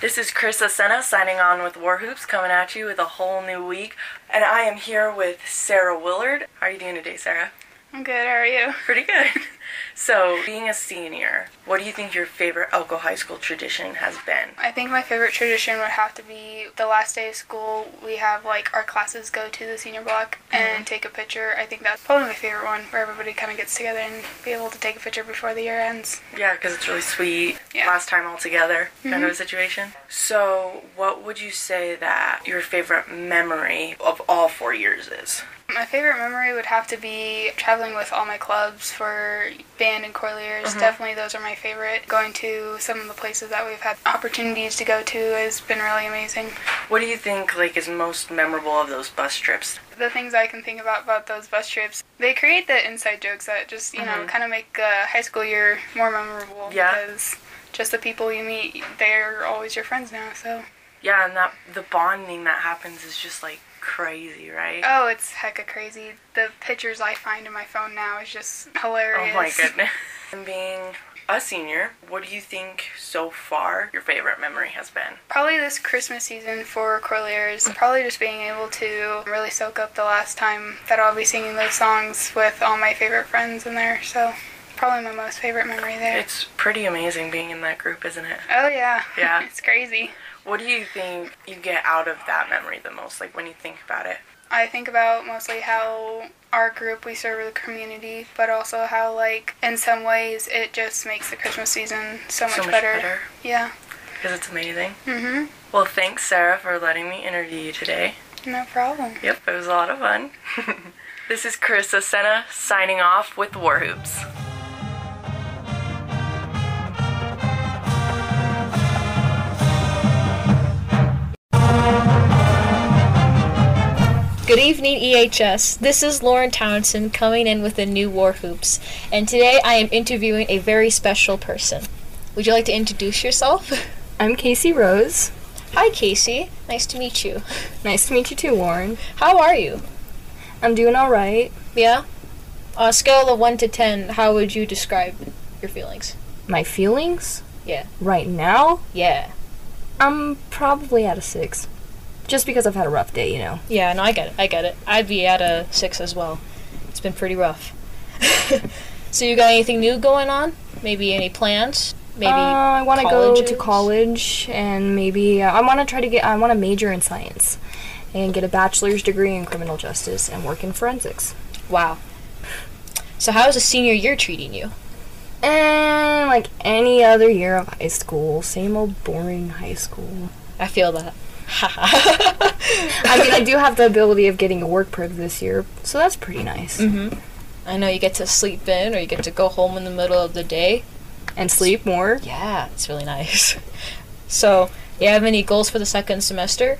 This is Chris Asena signing on with War Hoops, coming at you with a whole new week. And I am here with Sarah Willard. How are you doing today, Sarah? I'm good. How are you? Pretty good. So, being a senior, what do you think your favorite Elko High School tradition has been? I think my favorite tradition would have to be the last day of school. We have like our classes go to the senior block and take a picture. I think that's probably my favorite one, where everybody kind of gets together and be able to take a picture before the year ends. Yeah, because it's really sweet. Yeah. Last time all together kind of a situation. So, what would you say that your favorite memory of all four years is? My favorite memory would have to be traveling with all my clubs for band and choirliers. Definitely, those are my favorite. Going to some of the places that we've had opportunities to go to has been really amazing. What do you think like is most memorable of those bus trips? the things I can think about about those bus trips, they create the inside jokes that just you know kind of make uh, high school year more memorable. Mm-hmm. Yeah. Because just the people you meet, they're always your friends now. So Yeah, and that the bonding that happens is just like crazy, right? oh, it's hecka crazy. The pictures I find in my phone now is just Oh hilarious. my goodness. and being a senior, what do you think so far your favorite memory has been? Probably this Christmas season for Corlears, probably just being able to really soak up the last time that I'll be singing those songs with all my favorite friends in there. So probably my most favorite memory there. It's pretty amazing being in that group, isn't it? Eh. oh yeah. Yeah. it's crazy. What do you think you get out of that memory the most, like when you think about it? I think about mostly how our group we serve the community, but also how like in some ways it just makes the Christmas season so much, so much better. better. Yeah. Because it's amazing. Mhm. Well, thanks, Sarah, for letting me interview you today. No problem. Yep, it was a lot of fun. this is Chris Asena signing off with War Hoops. Good evening, EHS. This is Lauren Townsend coming in with the new War Hoops, and today I am interviewing a very special person. Would you like to introduce yourself? I'm Casey Rose. Hi, Casey. Nice to meet you. Nice to meet you too, Lauren. How are you? I'm doing all right. Yeah? On a scale of 1 to 10, how would you describe your feelings? My feelings? Yeah. Right now, Yeah. I'm probably at a six. Just because I've had a rough day, you know. Yeah, no, I get it. I get it. I'd be at a 6 as well. It's been pretty rough. so, you got anything new going on? Maybe any plans? Maybe. uh, I want to go colleges? to college and maybe uh, I want to try to get. I want to major in science and get a bachelor's degree in criminal justice and work in forensics. Wow. So, how is the senior year treating you? And like any other year of high school, same old boring high school. I feel that. I mean, I do have the ability of getting a work permit this year, so that's pretty nice. Mm-hmm. I know you get to sleep in or you get to go home in the middle of the day. And sleep more. Yeah, it's really nice. so, you have any goals for the second semester?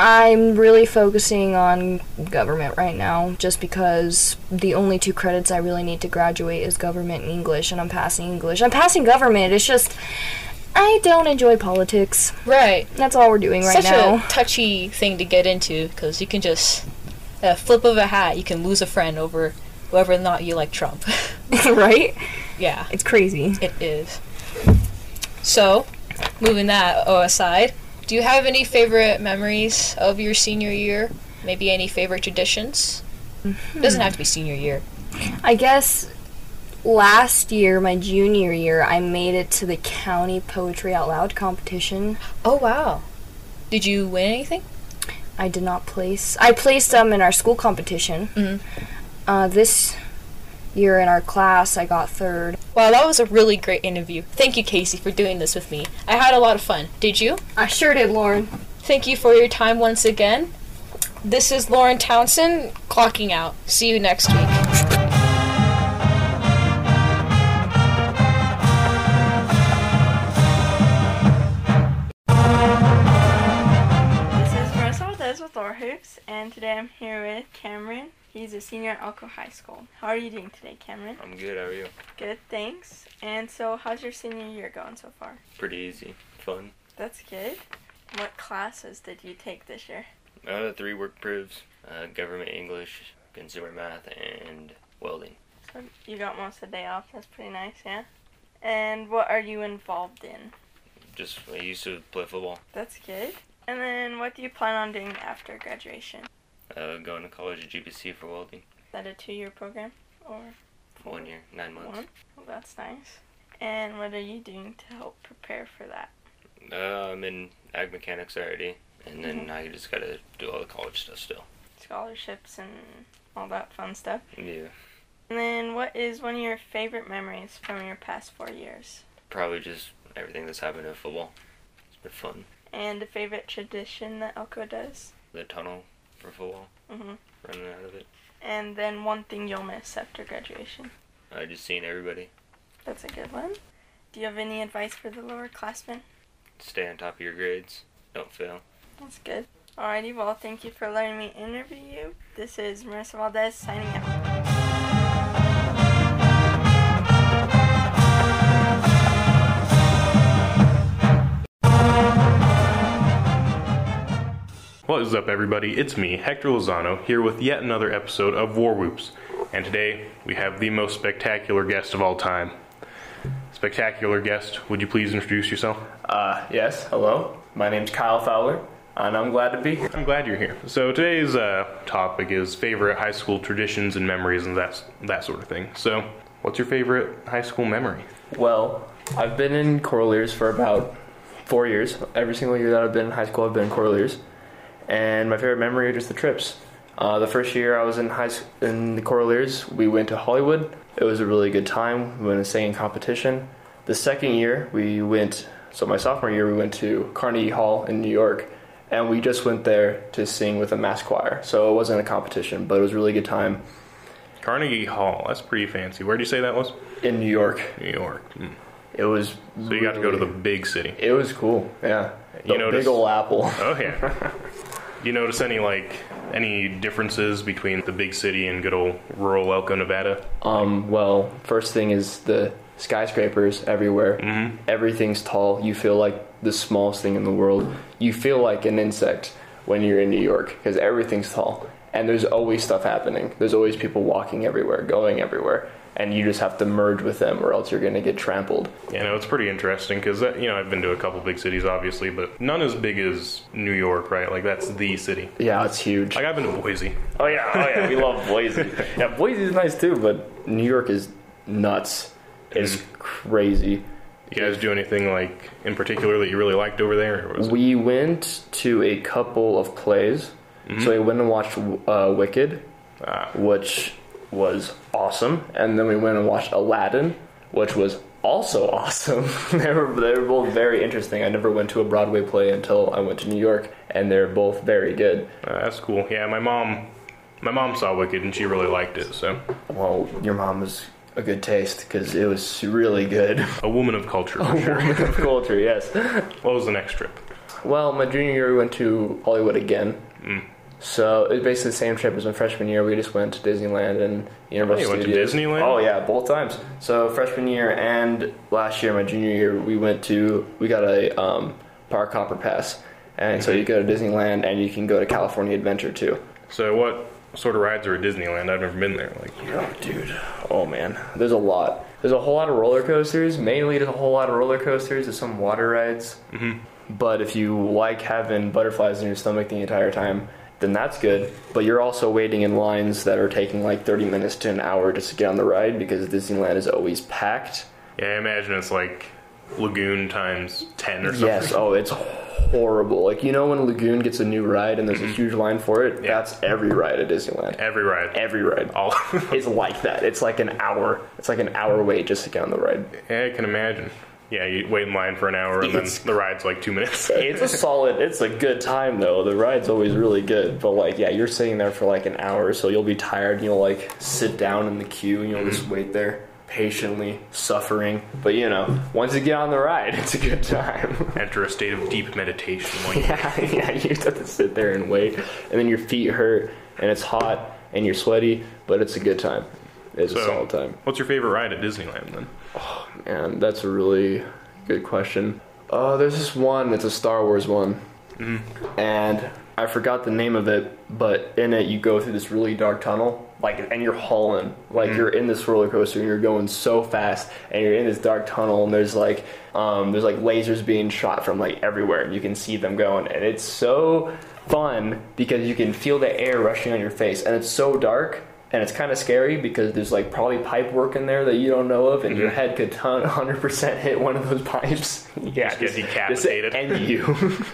I'm really focusing on government right now just because the only two credits I really need to graduate is government and English, and I'm passing English. I'm passing government. It's just I don't enjoy politics. Right. That's all we're doing right Such now. a touchy thing to get into because you can just a flip of a hat, you can lose a friend over whether or not you like Trump. right? yeah, It's crazy. it is. So, moving that uh, aside, do you have any favorite memories of your senior year? Maybe any favorite traditions? Doesn't have to be senior year. Mm-hmm. I guess last year, my junior year, I made it to the county poetry out loud competition. Oh wow! Did you win anything? I did not place. I placed them in our school competition. Mhm. Uh, this year in our class, I got third. Wow, that was a really great interview. Thank you, Casey, for doing this with me. I had a lot of fun. Did you? I sure did, Lauren. Thank you for your time once again. This is Lauren Townsend clocking out. See you next week. This is Marissa Valdez with War Hoops, and today I'm here with Cameron. He's a senior at Elko High School. How are you doing today, Cameron? I'm good. How are you? Good, thanks. And so, how's your senior year going so far? Pretty easy. Fun. That's good. What classes did you take this year? Uh, three work proofs: uh, government English, consumer math, and welding. So you got most of the day off. That's pretty nice, yeah. And what are you involved in? Just I used to play football. That's good. And then what do you plan on doing after graduation? Uh, going to college at GPC for welding. Is that a two-year program or One year, nine months. one? Well, that's nice. And what are you doing to help prepare for that? Uh, I'm in ag mechanics already, and then I just gotta do all the college stuff still. Scholarships and all that fun stuff. Yeah, And then what is one of your favorite memories from your past four years? probably just everything that's happened in football. It's been fun. And a favorite tradition that Elko does? The tunnel for football, hmm running out of it. And then one thing you'll miss after graduation. I just seen everybody That's a good one. Do you have any advice for the lower classmen? stay on top of your grades. Don't fail. That's good. Alrighty, well, thank you for letting me interview you. This is Marissa Valdez signing out. What is up, everybody? It's me, Hector Lozano, here with yet another episode of War Whoops. And today, we have the most spectacular guest of all time. Spectacular guest, would you please introduce yourself? Uh, yes, hello. My name's Kyle Fowler, and I'm glad to be here. I'm glad you're here. So today's uh, topic is favorite high school traditions and memories and that that sort of thing. So, what's your favorite high school memory? Well, I've been in Corlears for about four years. Every single year that I've been in high school, I've been in Corlears. And my favorite memory are just the trips. Uh, the first year I was in high school, in the Corlears, we went to Hollywood. It was a really good time. We went to singing competition. The second year we went, so my sophomore year, we went to Carnegie Hall in New York, and we just went there to sing with a mass choir. So it wasn't a competition, but it was a really good time Carnegie Hall. That's pretty fancy. Where would you say that was? in New York. New York. Mm. It was. So you got to go to the big city. It was cool. Yeah. The You noticed- big ol' apple. Oh yeah. Do you notice any like any differences between the big city and good old rural Elko, Nevada? Um. Well, first thing is the skyscrapers everywhere. Everything's tall. You feel like the smallest thing in the world. You feel like an insect when you're in New York because everything's tall and there's always stuff happening. There's always people walking everywhere, going everywhere, and you just have to merge with them or else you're gonna get trampled. You know, it's pretty interesting because you know I've been to a couple big cities, obviously, but none as big as New York, right? Like that's the city. Yeah, it's huge. Like I've been to Boise. Oh yeah, oh yeah, we love Boise. yeah, Boise's nice too, but New York is nuts. It's crazy. You guys do anything like in particular that you really liked over there? Or was it- We went to a couple of plays, so we went and watched uh, Wicked, Mm-hmm. Ah. which was awesome, and then we went and watched Aladdin, which was also awesome. they were they were both very interesting. I never went to a Broadway play until I went to New York, and they're both very good. Uh, that's cool. Yeah, my mom, my mom saw Wicked and she really liked it. So Well, your mom was a good taste because it was really good. a woman of culture. For sure. Culture, yes. What was the next trip? Well, my junior year we went to Hollywood again. Mm. So it was basically the same trip as my freshman year. We just went to Disneyland and Oh, Universal you went to Studios. Disneyland? Oh yeah, both times. So freshman year and last year, my junior year, we went to we got a um, park hopper pass, and so you go to Disneyland and you can go to California Adventure too. So what sort of rides are at Disneyland? I've never been there. Like Oh, dude. Oh, man. There's a lot. There's a whole lot of roller coasters. Mainly, there's a whole lot of roller coasters. There's some water rides. Mm-hmm. But if you like having butterflies in your stomach the entire time, then that's good. But you're also waiting in lines that are taking like 30 minutes to an hour just to get on the ride because Disneyland is always packed. Yeah, I imagine it's like Lagoon times ten or something. Yes. Oh, it's horrible. Like, you know, when Lagoon gets a new ride and there's a huge line for it? Mm-hmm. Yeah. That's every ride at Disneyland. Every ride. Every ride. All. It's like that. It's like an hour. It's like an hour wait just to get on the ride. yeah, I can imagine. Yeah, you wait in line for an hour and then It's- the ride's like two minutes. it's a solid it's a good time though the ride's always really good but like yeah you're sitting there for like an hour so you'll be tired and you'll like sit down in the queue and you'll just wait there patiently suffering but you know once you get on the ride it's a good time Enter a state of deep meditation. While you- yeah yeah you just have to sit there and wait and then your feet hurt and it's hot and you're sweaty but it's a good time it's a solid time What's your favorite ride at Disneyland then? and that's a really good question. Uh, there's this one. It's a Star Wars one, Mm-hmm. and I forgot the name of it. But in it, you go through this really dark tunnel, like and you're hauling Mm-hmm. like you're in this roller coaster and you're going so fast and you're in this dark tunnel and there's like um, there's like lasers being shot from like everywhere and you can see them going and it's so fun because you can feel the air rushing on your face and it's so dark and it's kind of scary because there's like probably pipe work in there that you don't know of and Mm-hmm. your head could ton- 100% hit one of those pipes yeah Just get decapitated. and you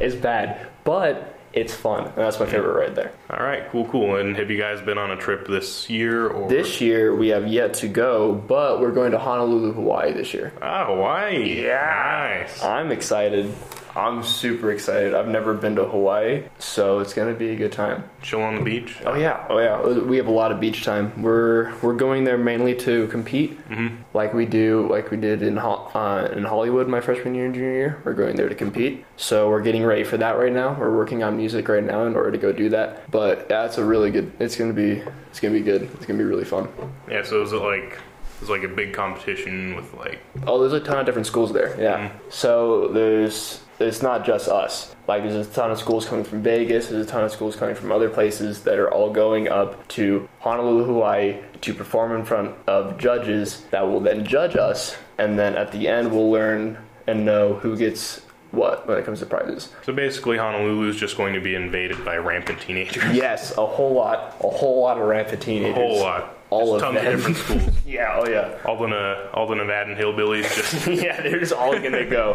it's bad but it's fun and that's my favorite right there All right, cool, cool. And have you guys been on a trip this year or This year we have yet to go, but we're going to Honolulu, Hawaii this year. Ah, Hawaii. Yeah. Nice. I'm excited. I'm super excited. I've never been to Hawaii, so it's gonna be a good time. Chill on the beach. Oh yeah, oh yeah. We have a lot of beach time. We're we're going there mainly to compete, Mm-hmm. like we do, like we did in Ho- uh, in Hollywood my freshman year and junior year. We're going there to compete, so we're getting ready for that right now. We're working on music right now in order to go do that. But that's a really good. It's gonna be it's gonna be good. It's gonna be really fun. Yeah. So is it like it was like a big competition with like Oh, there's a ton of different schools there. Yeah. So there's it's not just us. Like there's a ton of schools coming from Vegas. There's a ton of schools coming from other places that are all going up to Honolulu, Hawaii, to perform in front of judges that will then judge us, and then at the end we'll learn and know who gets what when it comes to prizes. so basically Honolulu is just going to be invaded by rampant teenagers. Yes, a whole lot, a whole lot of rampant teenagers. A whole lot. All Just tons of them. different schools. Yeah. Oh yeah. All the Ne- all the Nevadan hillbillies just yeah, they're just all gonna go,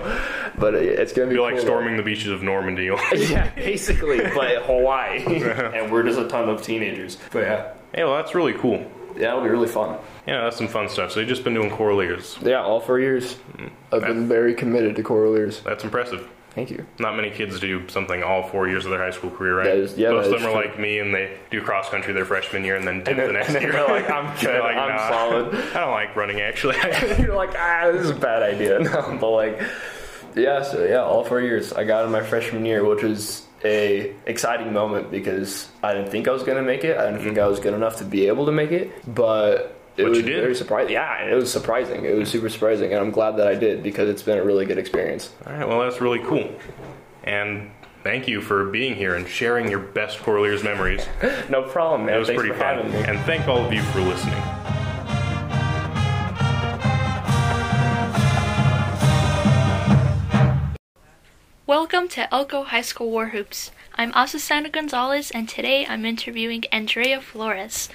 but it- it's gonna be be like cool, though. storming the beaches of Normandy. yeah, basically, but Hawaii, and we're just a ton of teenagers. But yeah, hey, well, that's really cool. yeah, it'll be really fun. Yeah, that's some fun stuff. So you've just been doing Corlears. Yeah, all four years, I've been very committed to Coraliers. That's impressive. Thank you. Not many kids do something all four years of their high school career, right? That is- yeah, Most that of them is are true. like me, and they do cross country their freshman year, and then dip the next and then year. they're like, "I'm They're good, like, I'm "Nah, solid." I don't like running, actually. You're like, ah, this is a bad idea, no, but like, yeah, so yeah, all four years. I got in my freshman year, which was a exciting moment because I didn't think I was gonna make it. I didn't think I was good enough to be able to make it, but. It But you was did. very surprising. Yeah, it was surprising. It was super surprising, and I'm glad that I did because it's been a really good experience. all right, well, that's really cool, and thank you for being here and sharing your best Corlears memories. No problem, man. It was Thanks pretty for fun, having me. and thank all of you for listening. Welcome to Elko High School War Hoops. I'm Asusana Gonzalez, and today I'm interviewing Andrea Flores.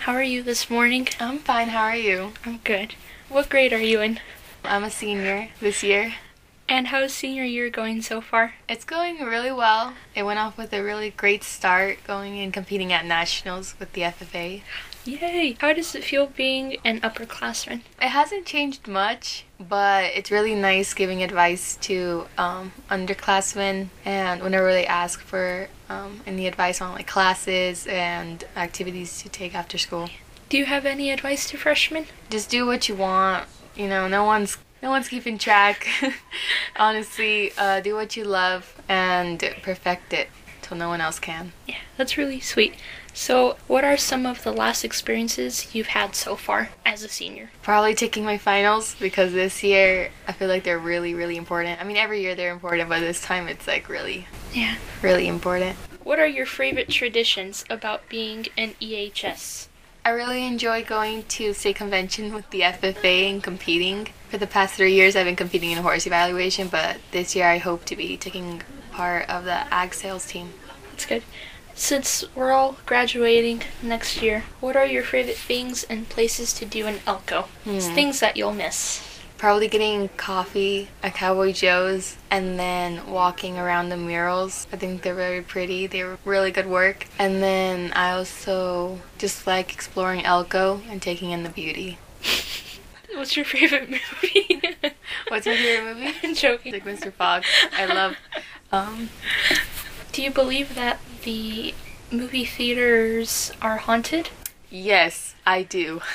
How are you this morning? I'm fine. How are you? I'm good. What grade are you in? I'm a senior this year. And how's senior year going so far? It's going really well. It went off with a really great start going and competing at nationals with the FFA. Yay! How does it feel being an upperclassman? It hasn't changed much, but it's really nice giving advice to um, underclassmen and whenever they ask for um, any advice on like classes and activities to take after school. Do you have any advice to freshmen? just do what you want. You know, no one's no one's keeping track. Honestly, uh, do what you love and perfect it till no one else can. Yeah, that's really sweet. So, what are some of the last experiences you've had so far as a senior? Probably taking my finals because this year I feel like they're really, really important. I mean, every year they're important, but this time it's like really, Yeah. really important. What are your favorite traditions about being an E EHS? I really enjoy going to state convention with the FFA and competing. For the past three years, I've been competing in horse evaluation, but this year I hope to be taking part of the ag sales team. That's good. Since we're all graduating next year, what are your favorite things and places to do in Elko? Hmm. It's Things that you'll miss. Probably getting coffee at Cowboy Joe's and then walking around the murals. I think they're very pretty. They were really good work. And then I also just like exploring Elko and taking in the beauty. What's your favorite movie? What's your favorite movie? I'm joking. Like Mr. Fox. I love um Do you believe that the movie theaters are haunted? yes, I do.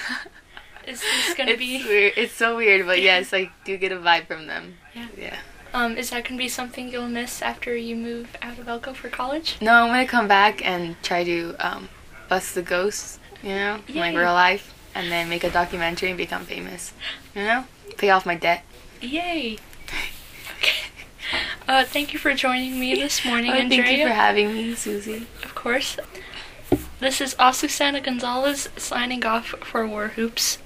Is this gonna It's be weird. It's so weird, but yes, I do get a vibe from them. Yeah. Yeah. um is that gonna be something you'll miss after you move out of Elko for college? No, I'm gonna come back and try to um, bust the ghosts, you know, in like Yay. real life, and then make a documentary and become famous, you know, pay off my debt. Yay! Okay. Uh, thank you for joining me this morning, Oh, thank Andrea. you for having me, Susie. of course. This is Asusana Gonzalez signing off for War Hoops.